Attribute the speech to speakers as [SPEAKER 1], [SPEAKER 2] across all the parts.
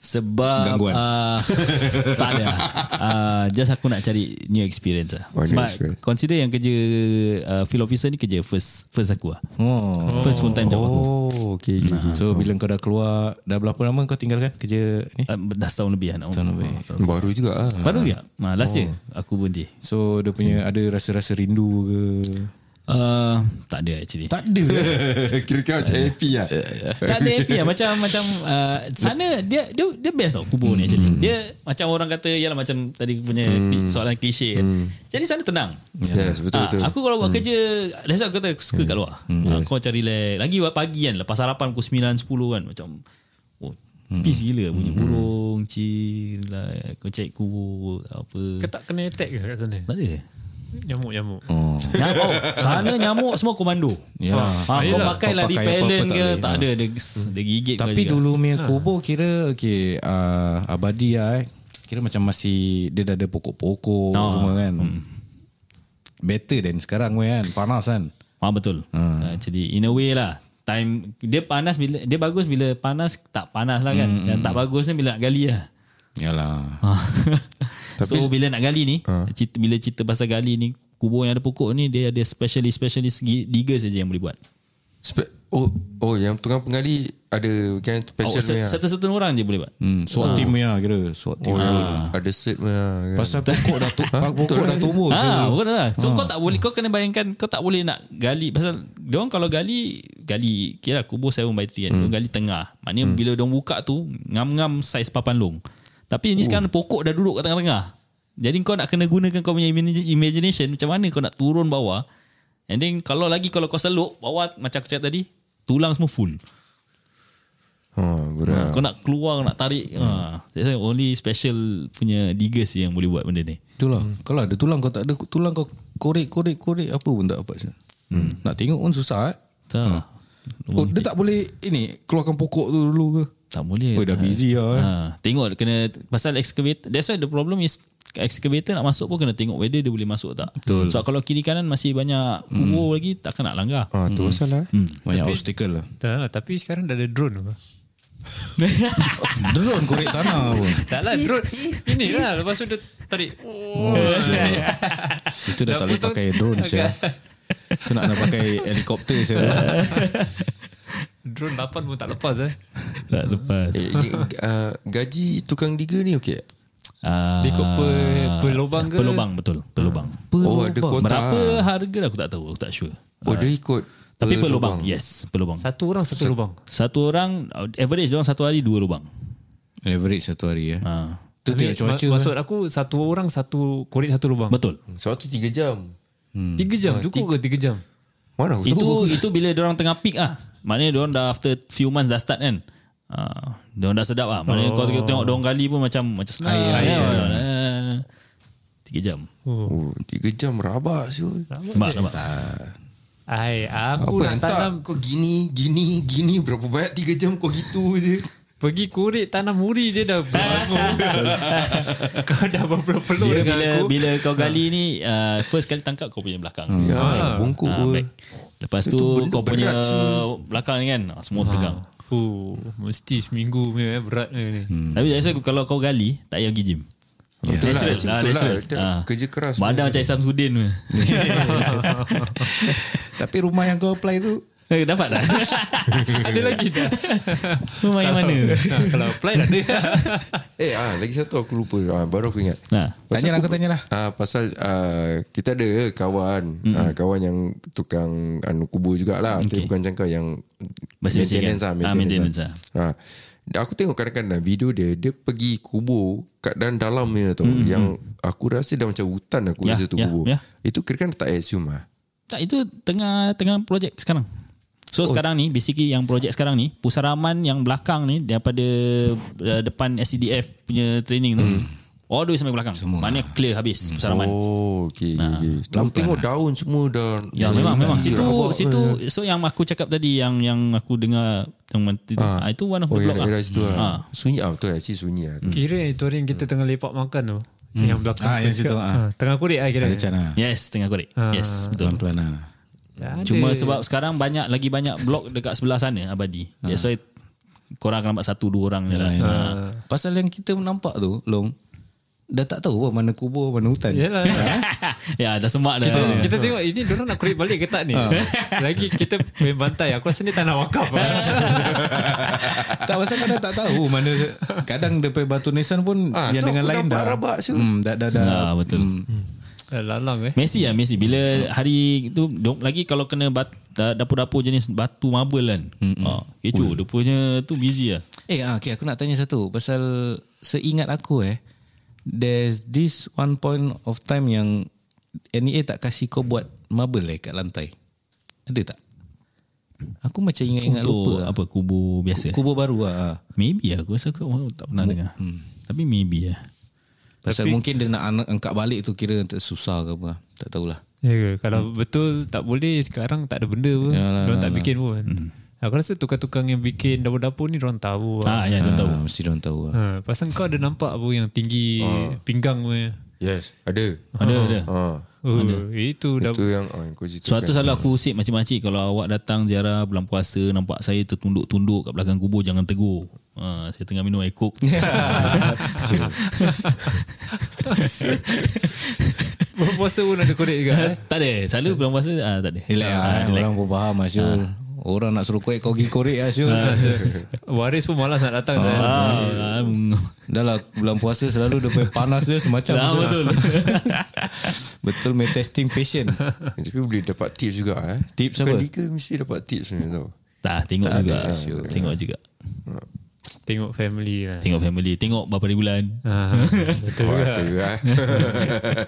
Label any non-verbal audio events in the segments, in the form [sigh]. [SPEAKER 1] Sebab
[SPEAKER 2] Gangguan.
[SPEAKER 3] [laughs]
[SPEAKER 1] Uh, Tak ada uh, Just aku nak cari New experience lah
[SPEAKER 3] Oh, new
[SPEAKER 1] Sebab
[SPEAKER 3] experience.
[SPEAKER 1] Consider yang kerja uh, Field officer ni kerja First first aku lah
[SPEAKER 2] Oh. Ah.
[SPEAKER 1] First full time job aku
[SPEAKER 3] Oh, okay, okay, okay.
[SPEAKER 2] So bila kau dah keluar Dah berapa lama kau tinggalkan kerja ni?
[SPEAKER 1] uh, Dah setahun lebih lah nak Setahun lebih
[SPEAKER 3] Baru juga lah.
[SPEAKER 1] Baru ya uh, Last year Aku berhenti
[SPEAKER 2] So dia punya ada rasa-rasa rindu ke?
[SPEAKER 1] uh, Tak ada actually
[SPEAKER 2] Tak ada.
[SPEAKER 1] eh?
[SPEAKER 3] [laughs] Kira kau macam happy lah.
[SPEAKER 1] Tak ada happy lah Macam macam uh, Sana dia dia dia best tau Kubur ni actually Dia macam orang kata Yalah macam tadi punya di- Soalan klise kan Jadi sana tenang Ah,
[SPEAKER 3] Yes, betul-betul.
[SPEAKER 1] Aku kalau buat kerja That's why aku kata Aku suka kat luar Ah, Kau macam relax Lagi pagi kan Lepas sarapan pukul 9, 10 kan Macam oh, Peace gila Bunyi burung Chill relax. Kau cek kubur Apa
[SPEAKER 4] Kau tak kena attack ke kat sana?
[SPEAKER 1] Tak [laughs] ada
[SPEAKER 4] Nyamuk-nyamuk.
[SPEAKER 1] Nyamuk oh, Sana nyamuk semua komando
[SPEAKER 2] Ya.
[SPEAKER 1] Ah, kau
[SPEAKER 4] Yelah,
[SPEAKER 1] pakai lah
[SPEAKER 2] kau pakai
[SPEAKER 1] repellent
[SPEAKER 2] apa-apa
[SPEAKER 1] ke
[SPEAKER 2] tak
[SPEAKER 1] Tak ada Dia, dia gigit kau
[SPEAKER 2] Tapi
[SPEAKER 1] juga.
[SPEAKER 2] dulu punya kubur kira okay, uh, abadi lah eh. Kira macam masih dia dah ada pokok-pokok
[SPEAKER 1] Ah.
[SPEAKER 2] semua kan. Better than sekarang weh kan. Panas kan.
[SPEAKER 1] Ha betul. Hmm. Uh, jadi in a way lah time dia panas bila dia bagus bila panas tak panas lah kan. Hmm, Dan tak bagus ni bila nak gali lah.
[SPEAKER 2] Yalah.
[SPEAKER 1] [laughs] Ha. so bila nak gali ni cerita, bila cerita pasal gali ni kubur yang ada pokok ni dia ada specialist specialist digger saja yang boleh buat.
[SPEAKER 3] Spe- oh, oh, yang tukang pengali ada
[SPEAKER 1] Oh,
[SPEAKER 3] kan special oh, punya.
[SPEAKER 1] satu-satu orang je boleh buat.
[SPEAKER 2] Hmm, SWAT team punya kira. SWAT team.
[SPEAKER 3] oh, ada set punya. Kan.
[SPEAKER 2] Pasal pokok dah, [laughs] tu, pokok dah tumbuh.
[SPEAKER 1] Ha, bukan lah. So kau tak boleh kau kena bayangkan kau tak boleh nak gali pasal dia orang kalau gali gali kira kubur 7 by 3 kan. Hmm. gali tengah. Maknanya bila dia orang buka tu ngam-ngam saiz papan long. Tapi ini sekarang pokok dah duduk kat tengah-tengah. Jadi kau nak kena gunakan kau punya imagine- imagination macam mana kau nak turun bawah. And then kalau lagi kalau kau seluk bawah macam aku cakap tadi tulang semua full.
[SPEAKER 3] Ha, berat.
[SPEAKER 1] Ha, kau nak keluar kau nak tarik. Ha. That's why only special punya diggers yang boleh buat benda ni.
[SPEAKER 2] Itulah. Kalau ada tulang kau tak ada tulang kau korek korek korek apa pun tak dapat. Hmm. Nak tengok pun susah. Eh?
[SPEAKER 1] Tak.
[SPEAKER 2] Oh, dia tak boleh ini keluarkan pokok tu dulu ke?
[SPEAKER 1] Tak boleh.
[SPEAKER 2] Oh, dah busy lah. Eh?
[SPEAKER 1] Ha, tengok kena pasal excavator. That's why the problem is excavator nak masuk pun kena tengok whether dia boleh masuk tak. Betul. Sebab kalau kiri kanan masih banyak kubur lagi takkan nak langgar.
[SPEAKER 3] Ha, tu pasal lah.
[SPEAKER 1] Mm.
[SPEAKER 3] eh.
[SPEAKER 2] Banyak obstacle lah.
[SPEAKER 4] Tak lah, tapi sekarang dah ada drone apa?
[SPEAKER 2] Drone korek tanah pun.
[SPEAKER 4] Tak lah drone. Ini lah, lepas tu dia tarik. Oh,
[SPEAKER 2] [laughs] Itu dah tak boleh
[SPEAKER 4] Dah
[SPEAKER 2] pakai drone saya. Itu nak nak pakai helikopter saya.
[SPEAKER 4] drone 8 pun tak lepas eh.
[SPEAKER 1] tak lepas.
[SPEAKER 3] Eh, g- uh, gaji tukang diga ni okey?
[SPEAKER 1] Ah,
[SPEAKER 4] Dia ikut per- per lubang ke?
[SPEAKER 1] Per lubang betul. Per lubang.
[SPEAKER 3] Oh, ada kota.
[SPEAKER 1] Berapa harga aku tak tahu. Aku tak sure.
[SPEAKER 3] Oh, dia ikut
[SPEAKER 1] Tapi per lubang.
[SPEAKER 3] lubang.
[SPEAKER 1] Yes, per lubang.
[SPEAKER 4] Satu orang satu lubang.
[SPEAKER 1] Satu orang average dia orang satu hari dua lubang.
[SPEAKER 2] Average satu hari ya. Eh.
[SPEAKER 1] Ha.
[SPEAKER 2] Itu tengok
[SPEAKER 4] ma-
[SPEAKER 2] cuaca.
[SPEAKER 4] Maksud aku satu orang satu korek satu lubang.
[SPEAKER 1] Betul.
[SPEAKER 3] Sebab tu 3 jam.
[SPEAKER 4] Tiga jam cukup ke tiga jam?
[SPEAKER 3] Mana aku
[SPEAKER 1] Itu
[SPEAKER 3] tahu?
[SPEAKER 1] itu bila orang tengah peak ah. Maknanya orang dah after few months dah start kan. Ah, uh, dah sedap ah. Maknanya oh. kau tengok orang gali pun macam macam senang. Ayah, ayah, Tiga jam.
[SPEAKER 3] Oh, 3 jam rabak siul.
[SPEAKER 1] Nampak nampak.
[SPEAKER 4] Ai, aku
[SPEAKER 3] Apa
[SPEAKER 4] nak
[SPEAKER 3] yang
[SPEAKER 4] tanam
[SPEAKER 3] tak? Kau gini, gini, gini. Berapa banyak 3 jam kau gitu je.
[SPEAKER 4] pergi korek tanam muri je dah berasung. Kau dah berpeluh-peluh
[SPEAKER 1] Bila,
[SPEAKER 4] dengan
[SPEAKER 1] bila,
[SPEAKER 4] aku.
[SPEAKER 1] bila
[SPEAKER 3] Ah.
[SPEAKER 1] kau gali ni uh, First kali tangkap kau punya belakang hmm.
[SPEAKER 3] Ya, bongkok pun.
[SPEAKER 1] Lepas tu
[SPEAKER 3] Itu benda
[SPEAKER 1] kau punya
[SPEAKER 3] berat,
[SPEAKER 1] belakang ni kan ah, Semua tegang
[SPEAKER 4] Oh, mesti seminggu punya eh, berat ni. Hmm.
[SPEAKER 1] Tapi that's why kalau kau gali Tak payah pergi gym
[SPEAKER 3] Betul lah,
[SPEAKER 1] Natural lah,
[SPEAKER 3] betul lah.
[SPEAKER 1] natural.
[SPEAKER 3] Dia
[SPEAKER 1] Ah.
[SPEAKER 3] Kerja keras.
[SPEAKER 1] Badan macam Isam
[SPEAKER 3] [laughs]
[SPEAKER 1] Sudin [laughs] punya.
[SPEAKER 2] Tapi rumah yang kau apply tu
[SPEAKER 1] Eh, Dapat
[SPEAKER 3] [laughs]
[SPEAKER 1] tak?
[SPEAKER 4] Ada lagi tak?
[SPEAKER 1] Rumah yang mana?
[SPEAKER 3] [laughs]
[SPEAKER 4] Ha, kalau apply tak ada. [laughs]
[SPEAKER 3] Eh, ah, lagi satu aku lupa. Ah, baru aku ingat.
[SPEAKER 1] Nah,
[SPEAKER 2] Tanya lah kau tanya lah.
[SPEAKER 3] Ah pasal ah, kita ada kawan mm ah, kawan yang tukang anu kubur jugalah okay. tapi bukan jangka yang
[SPEAKER 1] Bersih-bersih kan?
[SPEAKER 3] ah,
[SPEAKER 1] Ah,
[SPEAKER 3] maintenance.
[SPEAKER 1] maintenance
[SPEAKER 3] ah. Ah. Aku tengok kadang-kadang lah, video dia dia pergi kubur kat dalam dalamnya tu mm yang aku rasa dah macam hutan lah, aku
[SPEAKER 1] Ya,
[SPEAKER 3] rasa tu
[SPEAKER 1] ya,
[SPEAKER 3] kubur.
[SPEAKER 1] ya.
[SPEAKER 3] Itu kira kan tak assume ah.
[SPEAKER 1] Tak itu tengah tengah projek sekarang. So oh. sekarang ni basically yang projek sekarang ni pusaraman yang belakang ni daripada uh, depan SCDF punya training tu. All the way sampai belakang. Hmm. Semua. Maknanya clear habis pusaraman. Oh.
[SPEAKER 3] Oh okey okey. Aku tengok daun semua dah
[SPEAKER 1] Ya memang
[SPEAKER 3] dah jadi
[SPEAKER 1] memang ya. situ
[SPEAKER 3] rabak
[SPEAKER 1] situ
[SPEAKER 3] punya.
[SPEAKER 1] so yang aku cakap tadi yang yang aku dengar teman tu ha. itu one of
[SPEAKER 3] Oh
[SPEAKER 1] the
[SPEAKER 3] yang
[SPEAKER 1] block
[SPEAKER 3] daerah
[SPEAKER 1] lah.
[SPEAKER 3] situ ah. Sunyi ah betul actually sunyi ah.
[SPEAKER 4] Kira yang itu hari yang kita tengah lepak makan tu. Yang belakang.
[SPEAKER 2] Hmm. Ah, yang
[SPEAKER 4] tu
[SPEAKER 2] situ,
[SPEAKER 4] cakap.
[SPEAKER 2] ah.
[SPEAKER 4] Ah, Tengah korek lah kira.
[SPEAKER 2] Ada cana.
[SPEAKER 1] Yes tengah korek. Yes betul.
[SPEAKER 2] Pelan-pelan lah.
[SPEAKER 4] Ya,
[SPEAKER 1] Ah.
[SPEAKER 4] Ada.
[SPEAKER 1] Cuma sebab sekarang banyak lagi banyak blok dekat sebelah sana Abadi. That's why korang akan nampak satu dua orang je lah.
[SPEAKER 2] Ha. Pasal yang kita nampak tu Long Dah tak tahu pun mana kubur Mana hutan [laughs]
[SPEAKER 4] Yalah.
[SPEAKER 1] [laughs] ya, dah semak dah.
[SPEAKER 4] Kita, kita tengok ini Diorang nak kulit balik ke
[SPEAKER 2] Ah.
[SPEAKER 4] tak ni [laughs] Lagi kita main bantai Aku rasa ni tanah
[SPEAKER 2] [laughs]
[SPEAKER 4] wakaf lah.
[SPEAKER 2] Tak pasal kadang tak tahu Mana Kadang depan batu nisan pun
[SPEAKER 3] Ah,
[SPEAKER 2] Yang
[SPEAKER 3] tu
[SPEAKER 2] dengan
[SPEAKER 3] aku
[SPEAKER 2] lain
[SPEAKER 3] nampak
[SPEAKER 2] dah
[SPEAKER 3] rabak siul.
[SPEAKER 2] hmm, Dah dah dah
[SPEAKER 1] Ah, betul.
[SPEAKER 4] Dah Lalang eh
[SPEAKER 1] Messi lah Messi Bila hari tu dia- Lagi kalau kena bat, da- Dapur-dapur jenis Batu marble kan ha, Kecoh Dia punya tu busy lah
[SPEAKER 2] Eh ah, okay, aku nak tanya satu Pasal Seingat aku eh There's this one point of time yang NEA tak kasih kau buat marble eh kat lantai Ada tak? Aku macam ingat-ingat
[SPEAKER 1] Kubur eh?
[SPEAKER 2] lupa
[SPEAKER 1] Apa kubur biasa
[SPEAKER 2] Kubur baru lah ah.
[SPEAKER 1] Maybe lah Aku rasa aku orang tak pernah dengar Tapi maybe lah
[SPEAKER 2] Pasal mungkin dia nak anak angkat balik tu kira tak susah ke apa. ah. Tak tahulah.
[SPEAKER 4] ya, ke?
[SPEAKER 2] Hmm.
[SPEAKER 4] Kalau betul tak boleh Sekarang tak ada benda pun Diorang tak bikin pun
[SPEAKER 2] Hmm.
[SPEAKER 4] Aku rasa tukang-tukang yang bikin dapur-dapur ni Diorang tahu lah.
[SPEAKER 1] Ha, ya, dia tahu
[SPEAKER 2] Ah, mesti dia tahu lah.
[SPEAKER 4] ha, Pasal kau ada nampak apa Yang tinggi
[SPEAKER 2] Oh.
[SPEAKER 4] pinggang punya
[SPEAKER 3] Yes [laughs] Ada
[SPEAKER 1] Ada ada
[SPEAKER 3] ha.
[SPEAKER 4] Oh, itu dah [laughs]
[SPEAKER 3] Itu yang ah, Kau cerita
[SPEAKER 1] Suatu salah aku usik macam-macam Kalau awak datang ziarah Bulan puasa Nampak saya tertunduk-tunduk Kat belakang kubur Jangan tegur ha, Saya tengah minum air [laughs] coke
[SPEAKER 4] Puasa pun ada korek juga eh?
[SPEAKER 1] Tak ada Selalu bulan puasa ha, Tak ada
[SPEAKER 2] Relax lah.
[SPEAKER 1] Ah, relax.
[SPEAKER 2] Orang pun faham lah Syul. Orang nak suruh korek kau pergi korek lah Syul.
[SPEAKER 4] Waris pun malas nak datang
[SPEAKER 1] Ah,
[SPEAKER 4] saya.
[SPEAKER 1] ah, [laughs] mm.
[SPEAKER 2] Dah lah bulan puasa selalu dia punya panas dia semacam
[SPEAKER 1] Ah,
[SPEAKER 2] Syul.
[SPEAKER 1] betul
[SPEAKER 2] [laughs] Betul main testing patient.
[SPEAKER 3] Eh, Tapi boleh dapat tips juga eh.
[SPEAKER 2] Tips
[SPEAKER 3] Bukan
[SPEAKER 2] apa?
[SPEAKER 3] Dika mesti dapat tips ni tau [laughs]
[SPEAKER 1] Tak tengok tak juga Tengok juga
[SPEAKER 4] Tengok family lah.
[SPEAKER 1] Tengok family Tengok berapa hari bulan [laughs]
[SPEAKER 4] Ah, betul
[SPEAKER 3] Wah,
[SPEAKER 4] juga.
[SPEAKER 3] tu [laughs] lah.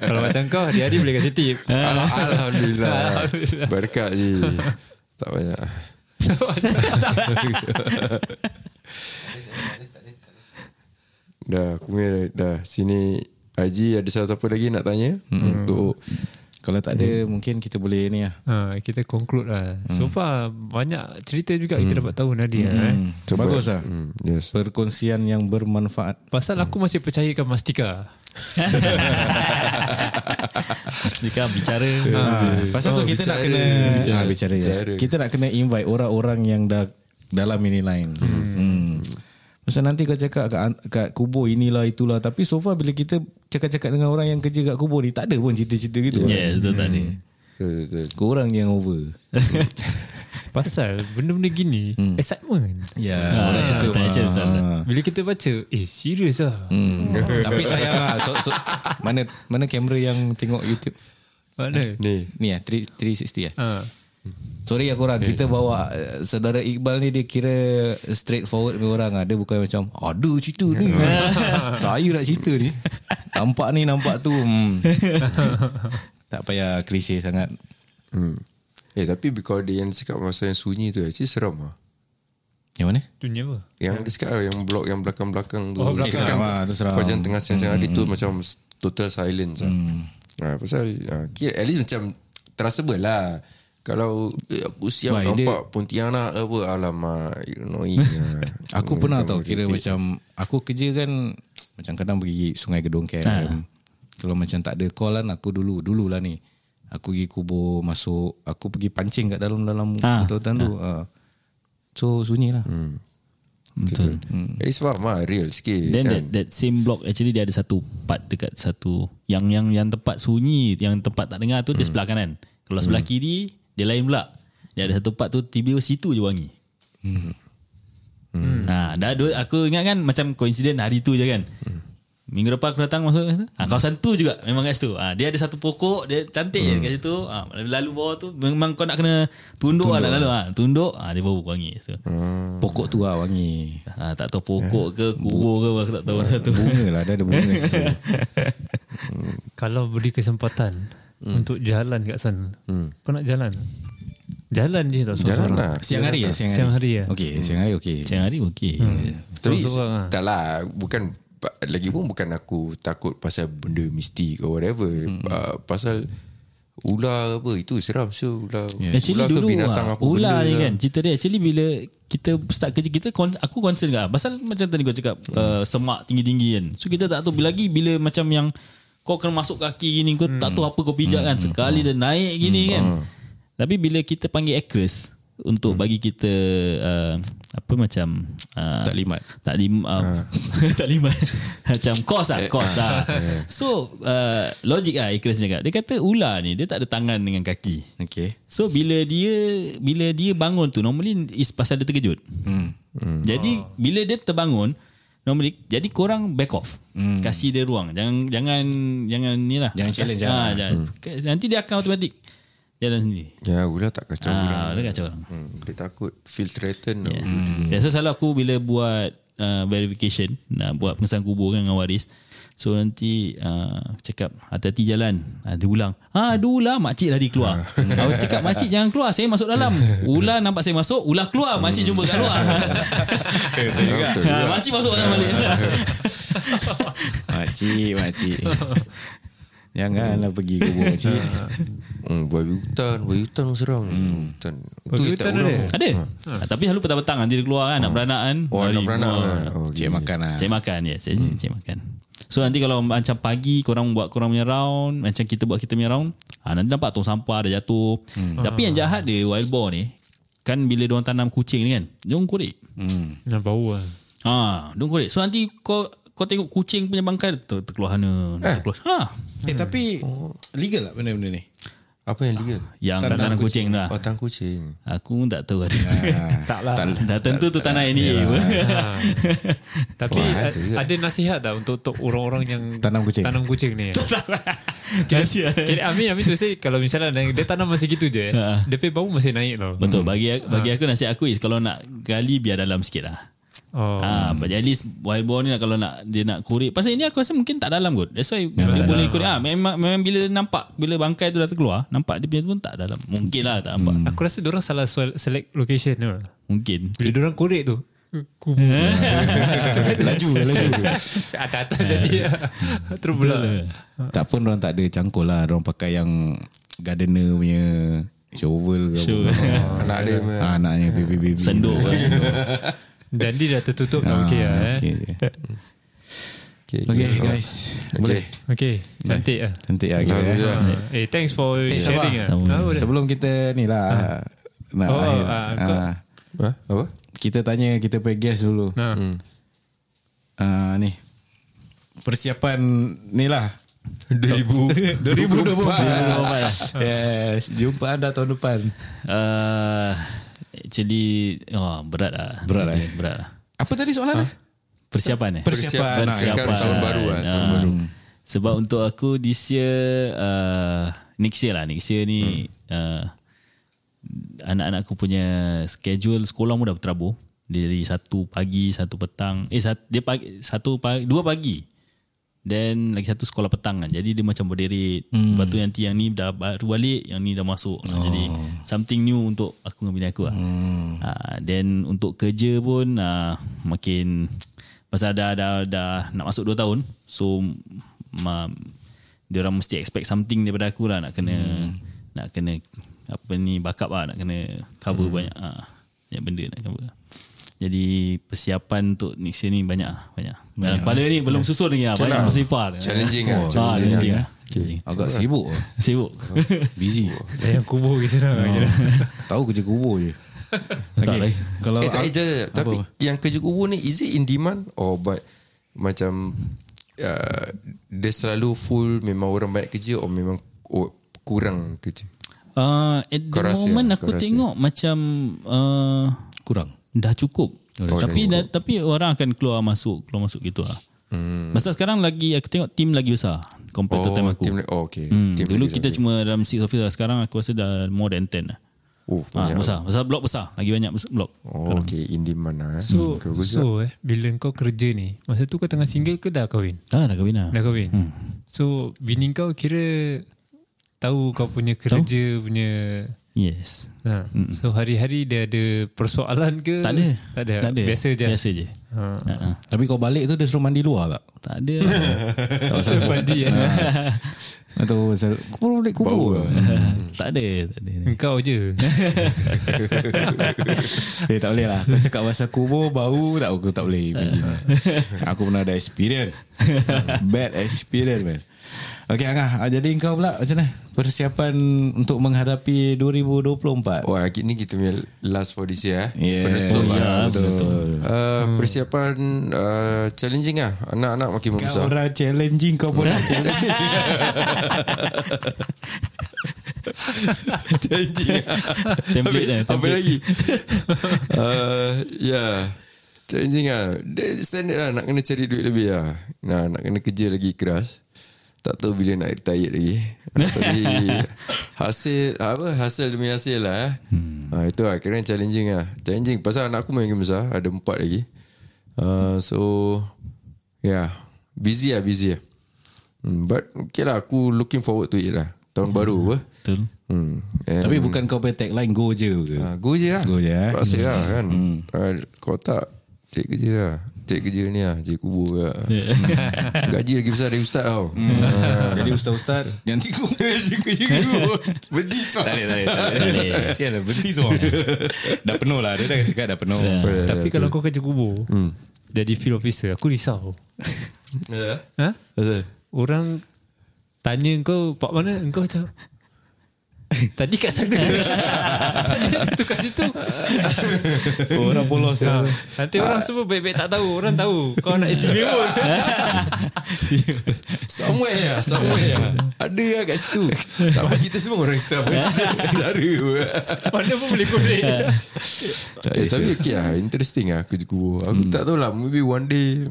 [SPEAKER 4] Kalau macam kau hari-hari boleh kasi tip.
[SPEAKER 3] Al- Alhamdulillah Berkat je Tak [laughs] banyak Dah aku punya dah, dah Sini Haji ada siapa-siapa lagi nak tanya hmm. Untuk
[SPEAKER 2] Kalau tak ada mungkin kita boleh ni lah.
[SPEAKER 4] Ha, kita conclude lah. So far banyak cerita juga kita dapat tahu Nadia eh.
[SPEAKER 3] Cuba.
[SPEAKER 2] Bagus lah.
[SPEAKER 3] hmm, Yes
[SPEAKER 2] Perkongsian yang bermanfaat.
[SPEAKER 4] Pasal aku masih percayakan Mastika.
[SPEAKER 1] Pastikan kan bicara
[SPEAKER 2] Ha, pasal tu kita nak kena bicara, ha, bicara yes. Kita nak kena invite orang-orang yang dah dalam ini lain. Hmm. hmm. Pasal nanti kau cakap kat, kat kubur inilah itulah tapi so far bila kita cakap-cakap dengan orang yang kerja kat kubur ni tak ada pun cerita-cerita gitu. Yeah.
[SPEAKER 1] Yes betul tadi
[SPEAKER 3] Betul, betul.
[SPEAKER 2] Korang yang
[SPEAKER 1] [laughs]
[SPEAKER 2] over.
[SPEAKER 4] Pasal benda-benda gini excitement.
[SPEAKER 2] Ya,
[SPEAKER 1] Ah,
[SPEAKER 2] orang suka.
[SPEAKER 1] tak, betul, betul, betul.
[SPEAKER 2] Ah.
[SPEAKER 4] Bila kita baca, eh serius lah.
[SPEAKER 2] Hmm. [laughs] tapi sayang lah. So, so, mana mana kamera yang tengok YouTube?
[SPEAKER 4] Mana?
[SPEAKER 3] Ni
[SPEAKER 2] Ni lah, 3, 360 lah.
[SPEAKER 4] Ha.
[SPEAKER 2] Sorry lah korang Kita bawa eh, Saudara Iqbal ni Dia kira Straight forward punya orang lah. Dia bukan macam Ada cerita ni Saya nak cerita ni Nampak ni nampak tu hmm. Tak payah klise sangat
[SPEAKER 3] hmm. Eh tapi Kalau dia yang cakap Masa yang sunyi tu Actually seram lah
[SPEAKER 2] Yang mana?
[SPEAKER 4] Dunia apa?
[SPEAKER 3] Yang dia cakap ah, Yang blok yang belakang-belakang tu
[SPEAKER 4] Oh,
[SPEAKER 2] belakang.
[SPEAKER 3] Sekarang
[SPEAKER 2] Ah, tu seram.
[SPEAKER 3] Kau jangan tengah siang-siang hari tu Macam s- total silence lah.
[SPEAKER 2] Mm.
[SPEAKER 3] ha, Pasal ha, kira, At least macam Trustable lah Kalau eh, Aku siap
[SPEAKER 2] Wah,
[SPEAKER 3] nampak
[SPEAKER 2] dia-
[SPEAKER 3] Pontianak ke apa Alamak Annoying lah.
[SPEAKER 2] [laughs] Aku pernah tau
[SPEAKER 3] Macam-
[SPEAKER 2] Kira macam Aku kerja kan Macam kadang pergi Sungai Gedong KM Kalau macam tak ada call kan Aku dulu Dululah ni Aku pergi kubur Masuk Aku pergi pancing kat dalam-dalam
[SPEAKER 1] Ah.
[SPEAKER 2] Hutan-hutan tu Ah. So sunyi lah
[SPEAKER 3] Hmm.
[SPEAKER 1] Betul
[SPEAKER 2] Mm.
[SPEAKER 3] At least faham lah Real sikit
[SPEAKER 1] Then
[SPEAKER 3] kan?
[SPEAKER 1] that, that same block Actually dia ada satu part Dekat satu Yang yang yang tempat sunyi Yang tempat tak dengar tu Dia sebelah kanan Kalau sebelah kiri Dia lain pula Dia ada satu part tu Tiba-tiba situ je wangi hmm. Nah, dah dua, Aku ingat kan Macam koinsiden hari tu je kan Minggu depan aku datang masuk kat situ. ha, Kawasan tu juga Memang kat situ ha, Dia ada satu pokok Dia cantik je kat situ ha, Lalu bawah tu Memang kau nak kena Tunduk, Hmm. lah nak lalu ha, Tunduk ha, Dia baru wangi so,
[SPEAKER 2] Pokok tu lah
[SPEAKER 3] [laughs]
[SPEAKER 2] wangi
[SPEAKER 1] ha, Tak tahu pokok ke Kubur ke Aku tak tahu satu
[SPEAKER 2] Bunga lah Dia ada bunga
[SPEAKER 3] [laughs]
[SPEAKER 2] situ
[SPEAKER 4] Kalau beri kesempatan untuk jalan kat sana. Kau nak jalan? Jalan je tau.
[SPEAKER 3] Jalan
[SPEAKER 4] seorang-seorang.
[SPEAKER 3] lah
[SPEAKER 2] Siang hari ya Siang hari,
[SPEAKER 4] Siang hari, ya.
[SPEAKER 2] Okay
[SPEAKER 3] Hmm.
[SPEAKER 2] siang hari okay
[SPEAKER 1] Siang hari okey. Hmm.
[SPEAKER 3] Tapi
[SPEAKER 4] Seorang-seorang lah.
[SPEAKER 3] tak lah Bukan pa- Lagi pun bukan aku Takut pasal benda mistik Or whatever
[SPEAKER 2] Mm.
[SPEAKER 3] uh, Pasal Ular ke apa Itu seram so ular,
[SPEAKER 1] Actually
[SPEAKER 3] Eh, ular ke
[SPEAKER 1] dulu
[SPEAKER 3] binatang
[SPEAKER 1] ah,
[SPEAKER 3] apa
[SPEAKER 1] ular
[SPEAKER 3] benda
[SPEAKER 1] ni
[SPEAKER 3] lah.
[SPEAKER 1] kan cerita dia actually bila kita start kerja kita kon, aku concern kan pasal macam tadi kau cakap
[SPEAKER 3] Hmm.
[SPEAKER 1] uh, semak tinggi-tinggi kan so kita tak tahu bila lagi bila macam yang kau kena masuk kaki gini
[SPEAKER 3] Hmm.
[SPEAKER 1] kau tak tahu apa kau pijak kan sekali dia naik gini kan tapi bila kita panggil actress untuk
[SPEAKER 3] Hmm.
[SPEAKER 1] bagi kita uh, apa macam uh,
[SPEAKER 2] Taklimat.
[SPEAKER 1] taklim uh,
[SPEAKER 2] Ha.
[SPEAKER 1] [laughs] taklimat macam kos
[SPEAKER 2] Eh,
[SPEAKER 1] lah kos lah
[SPEAKER 2] Ha.
[SPEAKER 1] so uh, logik lah Ikris cakap dia kata ular ni dia tak ada tangan dengan kaki
[SPEAKER 2] Okay.
[SPEAKER 1] So bila dia bila dia bangun tu normally is pasal dia terkejut. Hmm. Hmm. Jadi bila dia terbangun normally jadi korang back off. Hmm. Kasih dia ruang. Jangan jangan jangan ni lah.
[SPEAKER 2] Jangan challenge
[SPEAKER 1] Kas-
[SPEAKER 2] lah.
[SPEAKER 1] ah, jangan. Ke- Nanti dia akan automatik jalan sendiri.
[SPEAKER 3] Ya ular tak kacau
[SPEAKER 1] Ah,
[SPEAKER 3] orang.
[SPEAKER 1] dia kacau orang.
[SPEAKER 3] Hmm, dia takut feel threatened
[SPEAKER 1] Yeah.
[SPEAKER 3] yeah.
[SPEAKER 1] Hmm. Yeah, so selalu aku bila buat uh, verification, nak buat pengesahan kubur kan dengan waris. So nanti uh, cakap hati-hati jalan. Ada ulang. Ha, ada ular makcik lari
[SPEAKER 3] Ah.
[SPEAKER 1] keluar. Hmm. Aku cakap makcik jangan keluar, saya masuk
[SPEAKER 3] [laughs]
[SPEAKER 1] dalam. Ular nampak saya masuk, ular
[SPEAKER 3] Hmm.
[SPEAKER 1] keluar, makcik jumpa kat luar.
[SPEAKER 3] Betul
[SPEAKER 1] ha, makcik masuk dalam
[SPEAKER 3] [laughs]
[SPEAKER 1] balik.
[SPEAKER 2] Makcik, makcik. Janganlah pergi kubur makcik.
[SPEAKER 3] hmm, Babi hutan Babi hutan orang serang hmm. Hutan
[SPEAKER 4] Babi
[SPEAKER 3] Itu
[SPEAKER 4] hutan
[SPEAKER 3] tak orang
[SPEAKER 4] ada?
[SPEAKER 1] ada. Ha, tapi selalu petang-petang nanti dia keluar kan, nak beranak kan.
[SPEAKER 3] Hmm. Oh
[SPEAKER 1] Lari
[SPEAKER 3] anak beranak
[SPEAKER 1] keluar.
[SPEAKER 3] lah. oh,
[SPEAKER 2] Cik makan lah.
[SPEAKER 1] Cik makan yes, saya hmm. cik makan. So nanti kalau macam pagi korang buat korang punya round, macam kita buat kita punya round, ha, nanti nampak tong sampah dah jatuh. Hmm. Tapi yang jahat dia wild boar ni, kan bila dia tanam kucing ni kan, dia orang korek.
[SPEAKER 4] Nak bau lah
[SPEAKER 1] Ha, dia orang korek. So nanti kau kau tengok kucing punya bangkai ter, terkeluar sana, eh. terkeluar. Ha,
[SPEAKER 2] Eh tapi legal lah benda-benda ni.
[SPEAKER 3] Apa yang legal
[SPEAKER 1] yang
[SPEAKER 2] Tanam
[SPEAKER 1] tanam, tanam kucing, tu lah.
[SPEAKER 3] Batang kucing
[SPEAKER 1] Aku pun tak tahu [laughs] ada.
[SPEAKER 2] Ah,
[SPEAKER 4] [laughs] Tak lah
[SPEAKER 1] Dah tentu tu tanah ini.
[SPEAKER 4] Tapi
[SPEAKER 3] Wah,
[SPEAKER 4] Wah,
[SPEAKER 3] ada juga.
[SPEAKER 4] ada nasihat tak Untuk untuk orang-orang yang
[SPEAKER 2] Tanam kucing.
[SPEAKER 4] Tanam kucing ni
[SPEAKER 1] [laughs] Kasihan.
[SPEAKER 4] [laughs] Kira Amin Amin tu say Kalau misalnya Dia tanam macam gitu je
[SPEAKER 1] Ha.
[SPEAKER 4] Dia punya bau masih naik tau
[SPEAKER 1] Betul bagi bagi aku nasihat aku is kalau nak gali biar dalam sikit lah.
[SPEAKER 4] Oh.
[SPEAKER 1] Ah, but at least wild boar ni lah kalau nak dia nak korek. Pasal ini aku rasa mungkin tak dalam kot. That's why dia boleh korek. Ah, memang memang bila dia nampak bila bangkai tu dah terkeluar, nampak dia punya tu pun tak dalam. Mungkin lah tak nampak.
[SPEAKER 4] Aku rasa orang salah soal- select location tu.
[SPEAKER 1] Mungkin.
[SPEAKER 4] Bila orang korek tu Kubur
[SPEAKER 2] Laju, laju.
[SPEAKER 4] [laughs] Atas-atas jadi Terbelah
[SPEAKER 2] tak pun orang tak ada cangkul lah. Orang pakai yang gardener punya shovel ke
[SPEAKER 1] Sure.
[SPEAKER 2] apa.
[SPEAKER 3] [laughs] Anak dia
[SPEAKER 2] Ah, anaknya baby-baby.
[SPEAKER 1] Senduk
[SPEAKER 2] [laughs]
[SPEAKER 1] lah.
[SPEAKER 4] Jadi dah tertutup dah okey lah eh.
[SPEAKER 2] Okay,
[SPEAKER 3] Okay,
[SPEAKER 2] okay guys. Boleh?
[SPEAKER 4] Okey, cantik lah.
[SPEAKER 2] Cantik lah kira. eh.
[SPEAKER 3] Alhamdulillah
[SPEAKER 4] Ha. Eh, thanks for
[SPEAKER 2] Eh, sabar.
[SPEAKER 4] sharing lah.
[SPEAKER 1] Sama.
[SPEAKER 4] Ah, boleh.
[SPEAKER 2] Sebelum kita ni lah. Nak
[SPEAKER 4] Oh,
[SPEAKER 2] akhir.
[SPEAKER 4] ah, kau-
[SPEAKER 2] Ah,
[SPEAKER 3] Ha? Apa?
[SPEAKER 2] kita tanya kita punya guest dulu.
[SPEAKER 4] Ha.
[SPEAKER 3] Hmm.
[SPEAKER 2] Ah, ni. Persiapan ni lah.
[SPEAKER 3] [laughs] 2000
[SPEAKER 2] 2024. yes, jumpa anda tahun depan.
[SPEAKER 1] Uh, actually oh, berat lah.
[SPEAKER 2] Berat lah.
[SPEAKER 1] Berat lah.
[SPEAKER 2] Apa tadi soalan ni?
[SPEAKER 1] Persiapan eh?
[SPEAKER 2] Persiapan.
[SPEAKER 3] Persiapan tahun baru lah Tahun
[SPEAKER 1] Ah.
[SPEAKER 3] baru
[SPEAKER 1] Sebab untuk aku this year uh, next year lah next year ni hmm. uh, anak-anak aku punya schedule sekolah pun dah berterabur. Dia dari satu pagi, satu petang. Eh sat, dia pagi, satu pagi, dua pagi. Then lagi satu sekolah petang kan. Jadi dia macam berderet. Hmm. Lepas tu nanti yang ni dah baru balik, yang ni dah masuk. Oh. Jadi something new untuk aku dengan bini aku lah. Hmm. Uh, then untuk kerja pun uh, makin pasal dah, dah dah nak masuk dua tahun. So ma, dia orang mesti expect something daripada aku lah nak kena
[SPEAKER 3] Hmm.
[SPEAKER 1] nak kena apa ni backup lah nak kena
[SPEAKER 3] Hmm.
[SPEAKER 1] cover banyak ah banyak benda nak cover. Jadi persiapan untuk next year ni banyak ah, banyak. Dalam kepala
[SPEAKER 3] eh?
[SPEAKER 1] ni belum susun lagi ah banyak masih ipar.
[SPEAKER 3] Challenging lah
[SPEAKER 1] Ah,
[SPEAKER 3] Challenging
[SPEAKER 1] challenging
[SPEAKER 2] lah.
[SPEAKER 1] ah. Challenging.
[SPEAKER 2] Agak sibuk.
[SPEAKER 3] Eh,
[SPEAKER 2] ah.
[SPEAKER 1] [laughs]
[SPEAKER 3] [laughs]
[SPEAKER 1] Sibuk.
[SPEAKER 2] Busy.
[SPEAKER 4] Dah yang kubur ke
[SPEAKER 2] [laughs]
[SPEAKER 4] sana.
[SPEAKER 2] Hmm, Tahu kerja kubur je.
[SPEAKER 1] Tak
[SPEAKER 2] Okay.
[SPEAKER 1] lagi.
[SPEAKER 2] Kalau
[SPEAKER 3] eh, tak, eh, tak, tak, tapi yang kerja kubur ni is it in demand or but macam uh, dia selalu full memang orang banyak kerja or memang oh, kurang kerja
[SPEAKER 1] Uh, at
[SPEAKER 3] Kau
[SPEAKER 1] the
[SPEAKER 3] rasa, lah,
[SPEAKER 1] moment
[SPEAKER 3] kau
[SPEAKER 1] aku
[SPEAKER 3] rasa.
[SPEAKER 1] tengok macam uh,
[SPEAKER 2] kurang.
[SPEAKER 1] dah cukup.
[SPEAKER 3] dah
[SPEAKER 1] Oh, tapi dah, tapi orang akan keluar masuk, keluar masuk gitu lah. Hmm. Masa sekarang lagi aku tengok tim lagi besar compared oh, to time aku.
[SPEAKER 3] team, oh okay
[SPEAKER 1] hmm,
[SPEAKER 3] team
[SPEAKER 1] dulu
[SPEAKER 3] lagi
[SPEAKER 1] kita
[SPEAKER 3] sama.
[SPEAKER 1] cuma dalam 6 officer sekarang aku rasa dah more than 10 lah.
[SPEAKER 3] oh,
[SPEAKER 1] Ah,
[SPEAKER 3] banyak.
[SPEAKER 1] besar, besar blok besar, lagi banyak besar blok.
[SPEAKER 3] oh okay in demand lah eh. Hmm,
[SPEAKER 4] So,
[SPEAKER 3] bagus lah.
[SPEAKER 4] so eh, bila kau kerja ni, masa tu kau tengah single ke dah kahwin?
[SPEAKER 1] Ah, dah kahwin lah.
[SPEAKER 4] Dah kahwin. So, bini kau kira tahu kau punya kerja punya
[SPEAKER 1] Yes.
[SPEAKER 4] Ha. So hari-hari dia ada persoalan ke?
[SPEAKER 1] Hmm. Tak ada.
[SPEAKER 4] Tak ada.
[SPEAKER 1] Tak ada.
[SPEAKER 4] Biasa je.
[SPEAKER 1] Biasa je.
[SPEAKER 4] Ha.
[SPEAKER 1] Ha.
[SPEAKER 2] Tapi kau balik tu dia suruh mandi luar tak?
[SPEAKER 1] Tak ada. lah.
[SPEAKER 4] Tak usah mandi eh.
[SPEAKER 2] Atau pasal- kau baru balik kubur.
[SPEAKER 1] lah.
[SPEAKER 2] ke?
[SPEAKER 1] Ha. tak ada, tak ada.
[SPEAKER 4] Engkau
[SPEAKER 1] [laughs]
[SPEAKER 4] je.
[SPEAKER 2] [laughs] Eh tak boleh lah Kau cakap pasal kubur Bau tak aku tak boleh imagine. Aku pernah ada experience Bad experience man Okey Angah, ah, jadi engkau pula macam mana? Persiapan untuk menghadapi 2024.
[SPEAKER 3] Wah, ni kita punya last for this year. eh.
[SPEAKER 2] Yeah,
[SPEAKER 3] Penutup lah.
[SPEAKER 2] yeah, betul.
[SPEAKER 3] Uh, persiapan uh, challenging lah. Anak-anak makin
[SPEAKER 2] Kau
[SPEAKER 3] membesar.
[SPEAKER 2] orang challenging kau pun nak challenge.
[SPEAKER 3] Challenging lah.
[SPEAKER 1] Template lah,
[SPEAKER 3] Apa
[SPEAKER 1] template.
[SPEAKER 3] lagi? [laughs] uh, yeah. Challenging lah. Dia Standard lah. Nak kena cari duit lebih lah. Nah, nak kena kerja lagi keras. Tak tahu bila nak retire lagi.
[SPEAKER 1] [laughs]
[SPEAKER 3] Tapi hasil, apa, hasil demi hasil lah. Eh. Hmm. Ha, itu lah. Kira challenging lah. Challenging. Pasal anak aku makin besar. Ada empat lagi. Uh, so, yeah. Busy lah, busy lah. Hmm, but okay lah. Aku looking forward to it lah. Tahun baru apa.
[SPEAKER 1] Betul.
[SPEAKER 3] Hmm. And-
[SPEAKER 2] Tapi bukan kau punya tagline go je ke?
[SPEAKER 3] Ha, go je lah.
[SPEAKER 2] Go je, eh.
[SPEAKER 3] Tak asyik lah kan. Hmm. kau tak, cek kerja lah. Cek kerja ni lah. Cek kubur ke lah. Gaji lagi besar dari ustaz tau. Hmm.
[SPEAKER 2] Ah. [laughs] Jadi ustaz-ustaz yang [laughs] tiku
[SPEAKER 3] Berdi
[SPEAKER 2] Tak boleh, tak boleh, tak boleh. Kesian lah, berhenti semua. [laughs] dah penuh lah. Dia dah cakap dah penuh.
[SPEAKER 4] Tapi kalau kau kerja kubur
[SPEAKER 1] Hmm.
[SPEAKER 4] Jadi field officer Aku risau ha? Orang Tanya kau Pak mana Engkau
[SPEAKER 1] [laughs]
[SPEAKER 4] macam Tadi kat sana Tadi tukar situ
[SPEAKER 2] Orang polos ya.
[SPEAKER 4] ha. Nanti orang semua baik-baik tak tahu Orang tahu Kau nak istimewa
[SPEAKER 1] [laughs]
[SPEAKER 3] Somewhere lah. Somewhere lah. Ada lah kat situ. Tak apa kita semua orang Islam. Saudara.
[SPEAKER 4] Mana pun boleh korek
[SPEAKER 1] Ya.
[SPEAKER 3] eh, tapi okay lah. Interesting lah kerja kubur. Aku tak tahu lah. Maybe one day.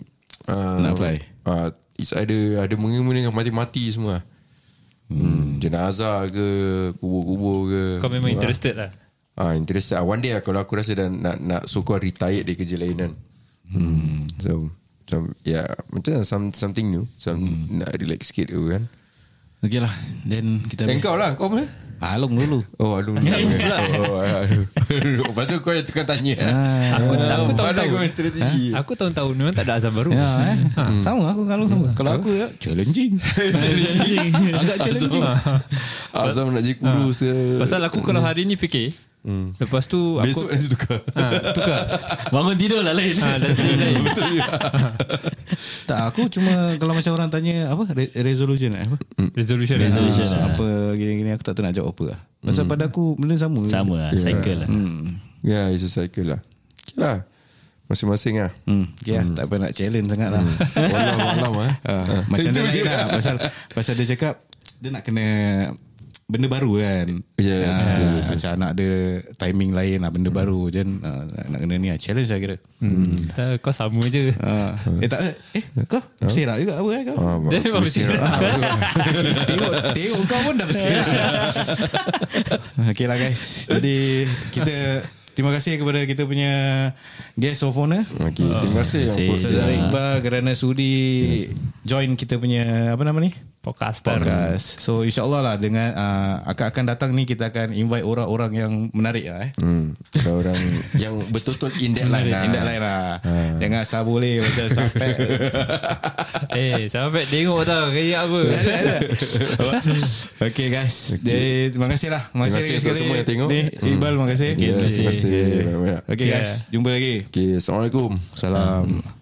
[SPEAKER 3] Uh,
[SPEAKER 2] Nak apply?
[SPEAKER 3] Uh, it's ada ada mengenai dengan mati-mati semua. lah. Hmm. Jenazah ke kubur-kubur ke.
[SPEAKER 4] Kau memang interested lah
[SPEAKER 3] Ah, interested. Ah, one day lah kalau aku rasa dah nak nak so called retired dari kerja lain kan. Hmm. So, so yeah, macam some, something new. Some hmm. nak relax sikit tu kan.
[SPEAKER 2] Okey lah. Then kita
[SPEAKER 3] Eh, kau lah, kau mana?
[SPEAKER 2] Alung dulu.
[SPEAKER 3] Oh, aduh. [laughs] oh, aduh. aduh. Pasal kau yang tukar tanya. Ah.
[SPEAKER 4] Aku, aku
[SPEAKER 3] Pandai kau
[SPEAKER 4] tahun-tahun
[SPEAKER 3] punya strategi.
[SPEAKER 4] Aku tahun-tahun memang tak ada azam baru
[SPEAKER 2] Ya, eh? Sama aku kalau sama. Kalau aku ya challenging. [laughs] challenging. Agak challenging. [laughs]
[SPEAKER 3] Ah, Azam nak jadi kurus ke.
[SPEAKER 4] Ah. Pasal aku kalau hari ni fikir
[SPEAKER 2] Hmm.
[SPEAKER 4] Lepas tu aku
[SPEAKER 2] eh.
[SPEAKER 3] Besok nanti tukar. [laughs]
[SPEAKER 4] ha, Tukar
[SPEAKER 1] Bangun tidur lah lain.
[SPEAKER 4] ha, dan,
[SPEAKER 3] Betul
[SPEAKER 2] [laughs]
[SPEAKER 3] je.
[SPEAKER 2] ya. Tak aku cuma kalau macam orang tanya apa re- resolution eh, apa?
[SPEAKER 4] Resolution
[SPEAKER 1] Resolution. lah. Hmm.
[SPEAKER 2] Ah, apa gini-gini aku tak tahu nak jawab apa lah. Pasal pada aku benda sama. Hmm,
[SPEAKER 1] Sama lah. Cycle lah.
[SPEAKER 3] Yeah, it's a cycle lah. Okay lah. Masing-masing lah.
[SPEAKER 2] Hmm, okay lah, tak payah nak challenge sangat lah.
[SPEAKER 1] Hmm.
[SPEAKER 2] [laughs]
[SPEAKER 3] Walau malam lah.
[SPEAKER 2] Ah, macam dia lain lah. Pasal, pasal dia cakap, dia nak kena benda baru kan.
[SPEAKER 3] Yes,
[SPEAKER 2] Ah,
[SPEAKER 3] Ya, betul,
[SPEAKER 2] Macam anak dia timing lain lah,
[SPEAKER 1] Hmm.
[SPEAKER 2] benda baru. Jen, ah, nak kena ni lah, challenge lah kira.
[SPEAKER 4] Tak, Kau sama je
[SPEAKER 2] Ah, eh tak, eh kau berserak juga apa eh kau?
[SPEAKER 3] Hmm. Ah,
[SPEAKER 4] Dia memang
[SPEAKER 3] bersirat.
[SPEAKER 2] tengok, tengok kau pun dah berserak. okay lah guys. Jadi kita terima kasih kepada kita punya guest of honour.
[SPEAKER 3] Okay, terima kasih.
[SPEAKER 4] Ah.
[SPEAKER 3] yang
[SPEAKER 1] Terima kasih.
[SPEAKER 3] post-
[SPEAKER 2] Saudara Iqbal kerana sudi join kita punya apa nama ni?
[SPEAKER 4] Podcaster
[SPEAKER 2] Podcast. So insyaAllah lah dengan uh, akak akan datang ni kita akan invite orang-orang yang menarik lah eh.
[SPEAKER 3] Hmm. Orang [laughs] yang betul-betul in that
[SPEAKER 2] Menarik,
[SPEAKER 3] line lah. Ah.
[SPEAKER 2] in that line lah. Jangan asal boleh macam sampai.
[SPEAKER 4] Eh sampai tengok tau Kayak apa
[SPEAKER 2] [laughs] okay guys. Jadi terima kasih lah. Terima
[SPEAKER 3] kasih untuk
[SPEAKER 2] sekali.
[SPEAKER 3] semua yang tengok.
[SPEAKER 2] Ni, Iqbal terima kasih.
[SPEAKER 3] Okay, terima kasih. Hmm.
[SPEAKER 2] Okay,
[SPEAKER 3] Banyak-banyak.
[SPEAKER 2] okay guys. Jumpa lagi.
[SPEAKER 3] Okay, Assalamualaikum.
[SPEAKER 2] Salam.